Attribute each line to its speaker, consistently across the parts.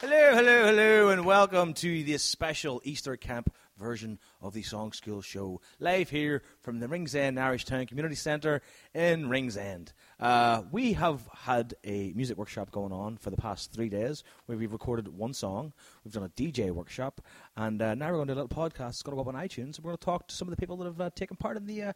Speaker 1: Hello, hello, hello, and welcome to this special Easter camp version of the Song School Show, live here from the Ringsend Irish Town Community Centre in Ringsend. Uh, we have had a music workshop going on for the past three days where we've recorded one song, we've done a DJ workshop, and uh, now we're going to do a little podcast. It's going to go up on iTunes, and we're going to talk to some of the people that have uh, taken part in the uh,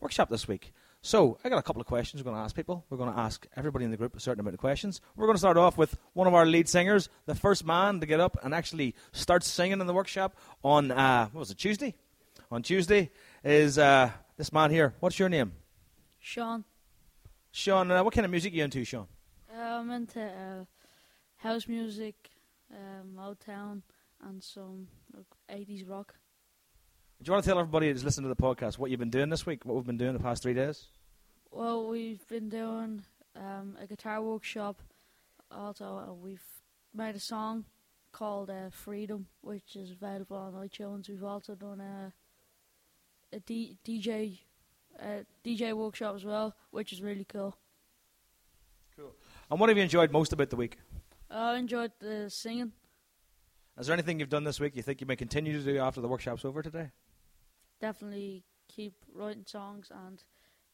Speaker 1: workshop this week. So, I got a couple of questions we're going to ask people. We're going to ask everybody in the group a certain amount of questions. We're going to start off with one of our lead singers, the first man to get up and actually start singing in the workshop on, uh, what was it, Tuesday? On Tuesday is uh, this man here. What's your name?
Speaker 2: Sean,
Speaker 1: Sean, uh, what kind of music you into, Sean?
Speaker 2: uh, I'm into uh, house music, uh, Motown, and some like, 80s rock.
Speaker 1: Do you want to tell everybody who's listening to the podcast what you've been doing this week, what we've been doing the past three days?
Speaker 2: Well, we've been doing um, a guitar workshop, also, and we've made a song called uh, Freedom, which is available on iTunes. We've also done a, a D- DJ uh, DJ workshop as well, which is really cool.
Speaker 1: And what have you enjoyed most about the week?
Speaker 2: I enjoyed the singing,
Speaker 1: Is there anything you've done this week you think you may continue to do after the workshop's over today?
Speaker 2: definitely keep writing songs and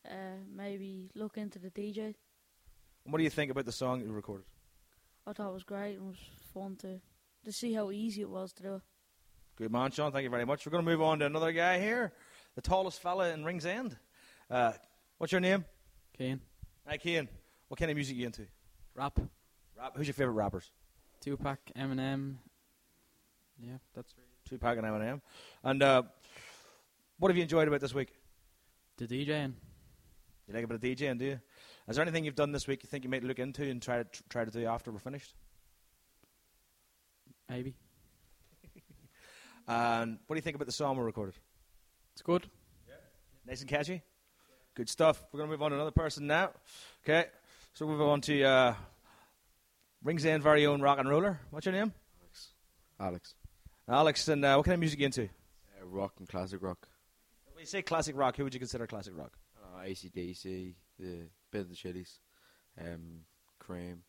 Speaker 2: uh, maybe look into the DJ.
Speaker 1: And what do you think about the song you recorded?
Speaker 2: I thought it was great and it was fun to to see how easy it was to do.
Speaker 1: Good man, Sean. Thank you very much. We're going to move on to another guy here, the tallest fella in Rings End. Uh, what's your name?
Speaker 3: Kane.
Speaker 1: Hi, Ian. What kind of music you into?
Speaker 3: Rap.
Speaker 1: Rap. Who's your favourite rappers?
Speaker 3: Tupac, Eminem. Yeah, that's really
Speaker 1: Tupac and Eminem. And uh, what have you enjoyed about this week?
Speaker 3: the DJing.
Speaker 1: You like a bit of DJing, do you? Is there anything you've done this week you think you might look into and try to try to do after we're finished?
Speaker 3: Maybe
Speaker 1: And what do you think about the song we recorded?
Speaker 3: it's good.
Speaker 1: Nice and catchy. Good stuff. We're going to move on to another person now. Okay. So we'll move on to uh, Rings End very own rock and roller. What's your name?
Speaker 4: Alex.
Speaker 1: Alex, and uh, what kind of music you into?
Speaker 4: Uh, rock and classic rock.
Speaker 1: When you say classic rock, who would you consider classic rock?
Speaker 4: Uh, ACDC, the bit of the Chili's, um, Cream,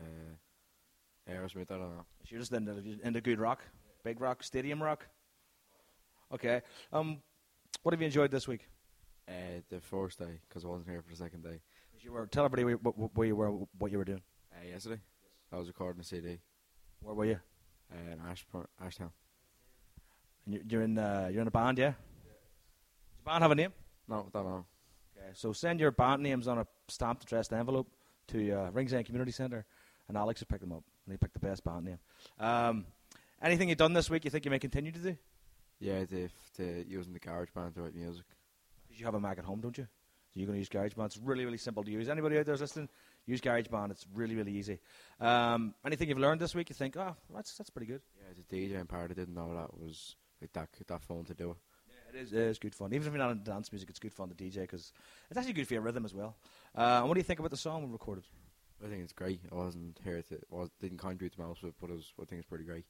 Speaker 4: uh, Aerosmith. I don't know.
Speaker 1: So you're just into, into good rock, big rock, stadium rock. Okay. Um, what have you enjoyed this week?
Speaker 4: Uh, the first day, because I wasn't here for the second day.
Speaker 1: You were, tell everybody where, where, where you were, what you were doing.
Speaker 4: Uh, yesterday, I was recording a CD
Speaker 1: Where were you?
Speaker 4: uh, in Ashport, Ashtown.
Speaker 1: And you're, you're in uh, you're in a band, yeah? Does your band have a name?
Speaker 4: No, don't know.
Speaker 1: Okay. So send your band names on a stamped addressed envelope to uh, Ringsend Community Centre, and Alex will pick them up, and he picked the best band name. Um, anything you've done this week you think you may continue to do?
Speaker 4: Yeah, the, the using the garage band to write music.
Speaker 1: Because you have a Mac at home, don't you? So you're going to use GarageBand. It's really, really simple to use. Anybody out there who's listening, use GarageBand. It's really, really easy. Um, anything you've learned this week, you think, oh, that's, that's pretty good.
Speaker 4: Yeah, the DJing part. I didn't know that was like that. That fun to do it.
Speaker 1: Yeah, it is. It is good fun. Even if you're not into dance music, it's good fun to DJ because it's actually good for your rhythm as well. Uh, and what do you think about the song we recorded?
Speaker 4: I think it's great. I wasn't here to. Was didn't contribute to most of it, but it was, I think it's pretty great.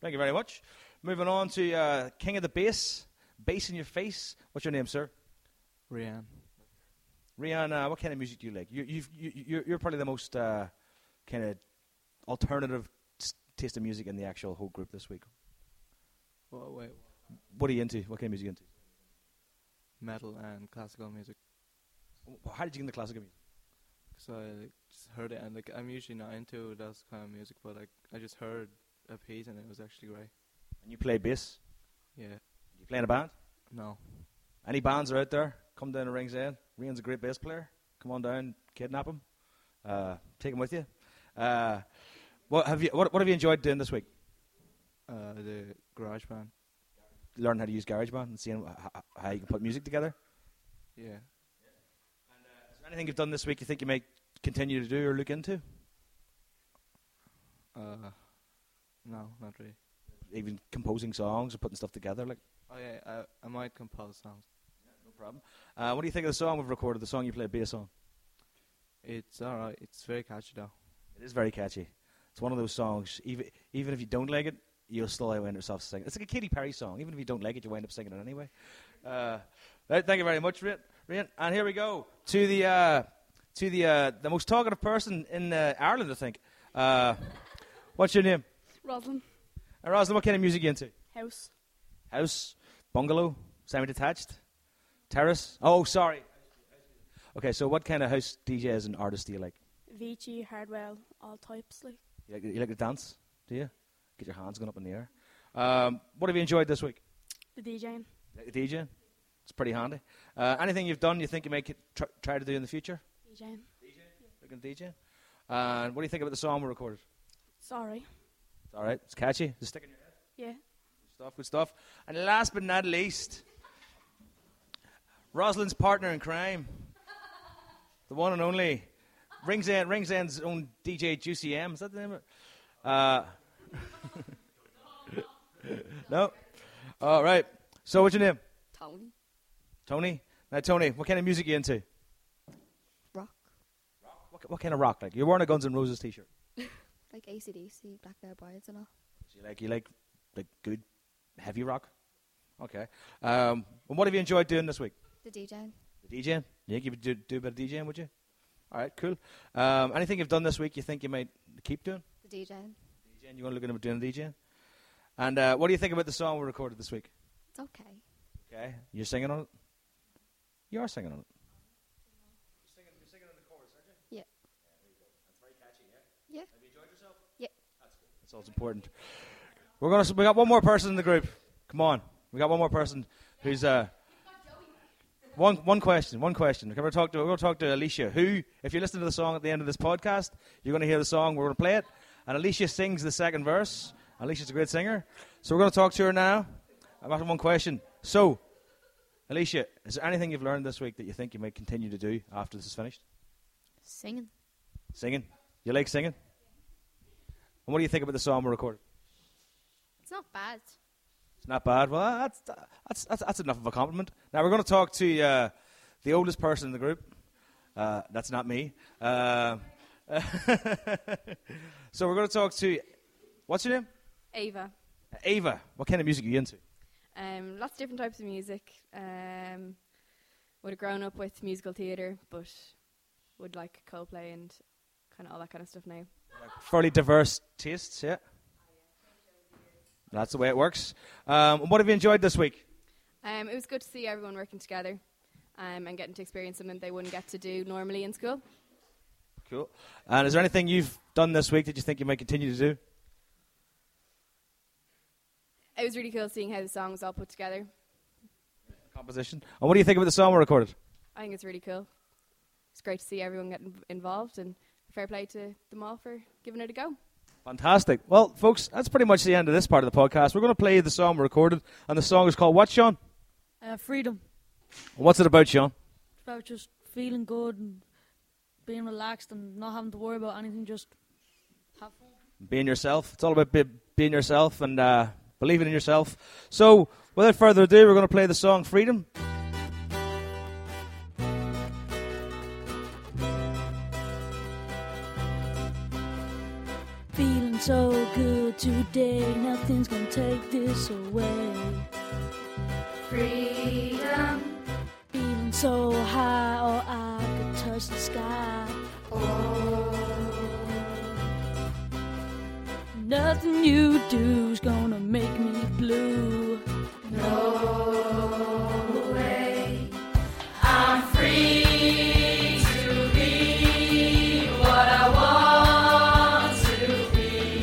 Speaker 1: Thank you very much. Moving on to uh, King of the Bass, Bass in Your Face. What's your name, sir?
Speaker 3: Rian.
Speaker 1: Rihanna, what kind of music do you like? You, you've, you, you're, you're probably the most uh, kind of alternative s- taste of music in the actual whole group this week.
Speaker 5: Well, wait,
Speaker 1: What are you into? What kind of music are you into?
Speaker 5: metal and classical music.
Speaker 1: Wh- How did you get into classical music?
Speaker 5: So I like, just heard it, and like I'm usually not into those kind of music, but like I just heard a piece, and it was actually great.
Speaker 1: And you play bass?
Speaker 5: Yeah.
Speaker 1: You play in a band?
Speaker 5: No.
Speaker 1: Any bands are out there? Come down to Rings End. Rian's a great bass player. Come on down, kidnap him, uh, take him with you. Uh, what have you? What, what have you enjoyed doing this week?
Speaker 5: Uh, the garage band.
Speaker 1: Learning how to use GarageBand and seeing h- h- how you can put music together.
Speaker 5: Yeah.
Speaker 1: Is there anything you've done this week you think you may continue to do or look into?
Speaker 5: Uh, no, not really.
Speaker 1: Even composing songs or putting stuff together, like
Speaker 5: Oh yeah, I I might compose songs.
Speaker 1: no problem. Uh, what do you think of the song we've recorded? The song you played bass on.
Speaker 5: It's alright. It's very catchy though.
Speaker 1: It is very catchy. It's one of those songs. Even even if you don't like it, you'll still wind up yourself singing. It's like a Katy Perry song. Even if you don't like it, you wind up singing it anyway. Uh, right, thank you very much, Rian. Rian. And here we go to the uh, to the uh, the most talkative person in uh, Ireland, I think. Uh, What's your name?
Speaker 6: Robin,
Speaker 1: And Roslyn, what kind of music you into?
Speaker 6: house,
Speaker 1: House, bungalow, semi-detached, terrace. Oh, sorry. Okay, so what kind of house DJs and artists do you like?
Speaker 6: VG, Hardwell, all types. Like
Speaker 1: You like, you like to dance? Do you? Get your hands going up in the air. Um, what have you enjoyed this week?
Speaker 6: the DJing,
Speaker 1: You like to DJ? It's pretty handy. Uh, anything you've done you think you might tr- try to do in the future?
Speaker 6: DJing.
Speaker 1: Looking to DJ? And what do you think about the song we recorded?
Speaker 6: Sorry,
Speaker 1: It's all right. It's catchy. It's sticking your head.
Speaker 6: yeah.
Speaker 1: Good stuff. Good stuff. And last but not least, Rosalind's partner in crime, the one and only Rings End, Rings End's own DJ Juicy M. Is that the name of it? Uh, no. All right. So what's your name?
Speaker 6: Tony,
Speaker 1: Tony. Now, Tony, what kind of music you into?
Speaker 7: rock,
Speaker 1: What, what kind of rock? Like you're wearing a Guns N' Roses t-shirt.
Speaker 7: like ACDC, Black Eyed Brides and all.
Speaker 1: So you like you like like good heavy rock. Okay. Um, and what have you enjoyed doing this week?
Speaker 7: The DJing,
Speaker 1: The DJing? You think you would do, do a bit of DJing, would you? All right, cool. Um, anything you've done this week you think you might keep doing?
Speaker 7: the DJing.
Speaker 1: DJing, you want to look into doing DJing? And uh, what do you think about the song we recorded this week?
Speaker 7: It's okay.
Speaker 1: Okay. You're singing on it? You are singing on it. You're singing, you're singing on the chorus, aren't you?
Speaker 7: Yeah,
Speaker 1: It's very catchy, yeah?
Speaker 7: yeah,
Speaker 1: Have you enjoyed yourself?
Speaker 7: yeah.
Speaker 1: That's all that's important. We're gonna. s- We got one more person in the group. Come on, we got one more person who's uh. One one question. One question. Can we talk to? We're gonna talk to Alicia. Who, if you listen to the song at the end of this podcast, you're gonna hear the song. We're gonna play it, and Alicia sings the second verse. Alicia's a great singer, so we're gonna talk to her now. I've got one question. So, Alicia, is there anything you've learned this week that you think you might continue to do after this is finished?
Speaker 7: Singing.
Speaker 1: Singing. You like singing? And what do you think about the song we recorded?
Speaker 7: It's not bad.
Speaker 1: It's not bad. Well, that's that's that's, that's enough of a compliment. Now we're going to talk to uh, the oldest person in the group. Uh, that's not me. Uh, so we're going to talk to what's your name?
Speaker 8: Ava.
Speaker 1: Ava. What kind of music are you into?
Speaker 8: Um, lots of different types of music. Um, would have grown up with musical theatre, but would like Coldplay and kind of all that kind of stuff now.
Speaker 1: Fairly diverse tastes. Yeah. That's the way it works. Um, and what have you enjoyed this week?
Speaker 8: Um, it was good to see everyone working together um, and getting to experience something they wouldn't get to do normally in school.
Speaker 1: Cool. And is there anything you've done this week that you think you might continue to do?
Speaker 8: It was really cool seeing how the song was all put together.
Speaker 1: Composition. And what do you think about the song we recorded?
Speaker 8: I think it's really cool. It's great to see everyone getting involved and fair play to them all for giving it a go.
Speaker 1: Fantastic. Well, folks, that's pretty much the end of this part of the podcast. We're going to play the song we recorded, and the song is called What, Sean?
Speaker 2: Uh, freedom.
Speaker 1: What's it about, Sean?
Speaker 2: It's about just feeling good and being relaxed and not having to worry about anything. Just have fun.
Speaker 1: Being yourself. It's all about be- being yourself and uh, believing in yourself. So, without further ado, we're going to play the song Freedom.
Speaker 2: Feeling so good today, nothing's gonna take this away.
Speaker 9: Freedom
Speaker 2: Feeling so high, oh, I could touch the sky. Nothing you do's gonna make me blue.
Speaker 9: away. I'm free to be what I want to be.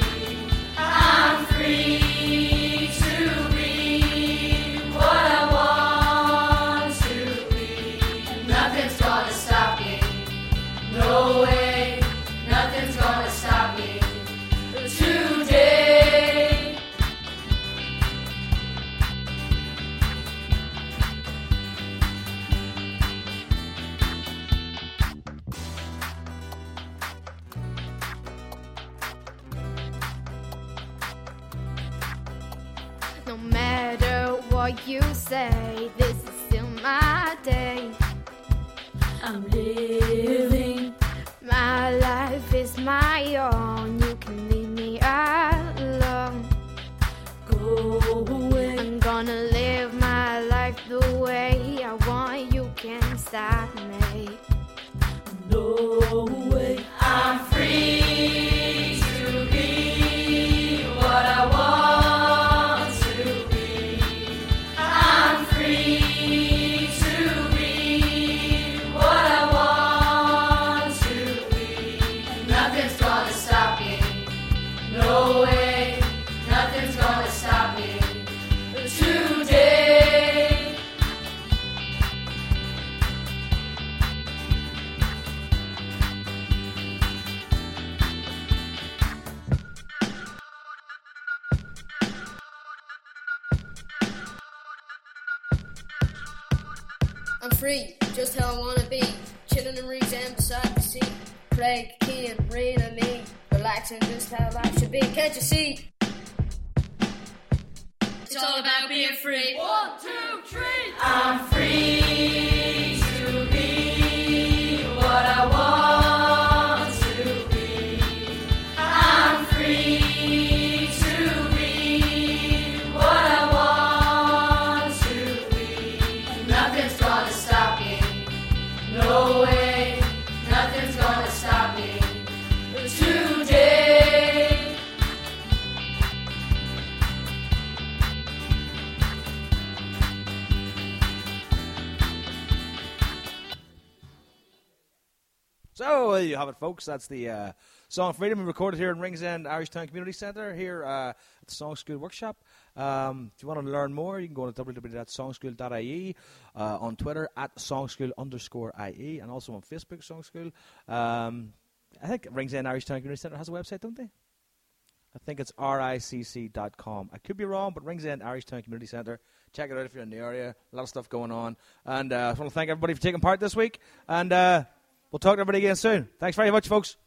Speaker 9: I'm free to be what I want to be. And nothing's gonna stop me. No way, nothing's gonna stop me. Today.
Speaker 7: No matter what you say, this is still my day.
Speaker 2: I'm living.
Speaker 7: My life is my own. You can leave me alone.
Speaker 2: Go away.
Speaker 7: I'm gonna live my life the way I want. You can't stop me.
Speaker 2: No way.
Speaker 9: I'm free to be
Speaker 7: free, just how I wanna be. Chilling in Reeves and beside the sea. Craig, Kean, Rain, and me. Relaxing, just how life should be. Can't you see? It's all about being free. One, two, three.
Speaker 10: I'm free to be what I want to be. I'm free to be what I want to be. Nothing's gonna stop me. No way. Nothing's gonna stop me. Today.
Speaker 1: So there you have it, folks. That's the uh, song "Freedom" we recorded here in Ringsend Irish Town Community Centre here uh, at the Song School Workshop. Um, if you want to learn more, you can go to www.songschool.ie uh, on Twitter at songschool underscore ie and also on Facebook Song School. Um, I think Ringsend Irish Town Community Centre has a website, don't they? I think it's ricc.com. I could be wrong, but Ringsend Irish Town Community Centre. Check it out if you're in the area. A lot of stuff going on. And uh, I just want to thank everybody for taking part this week. And uh, we'll talk to everybody again soon. Thanks very much, folks.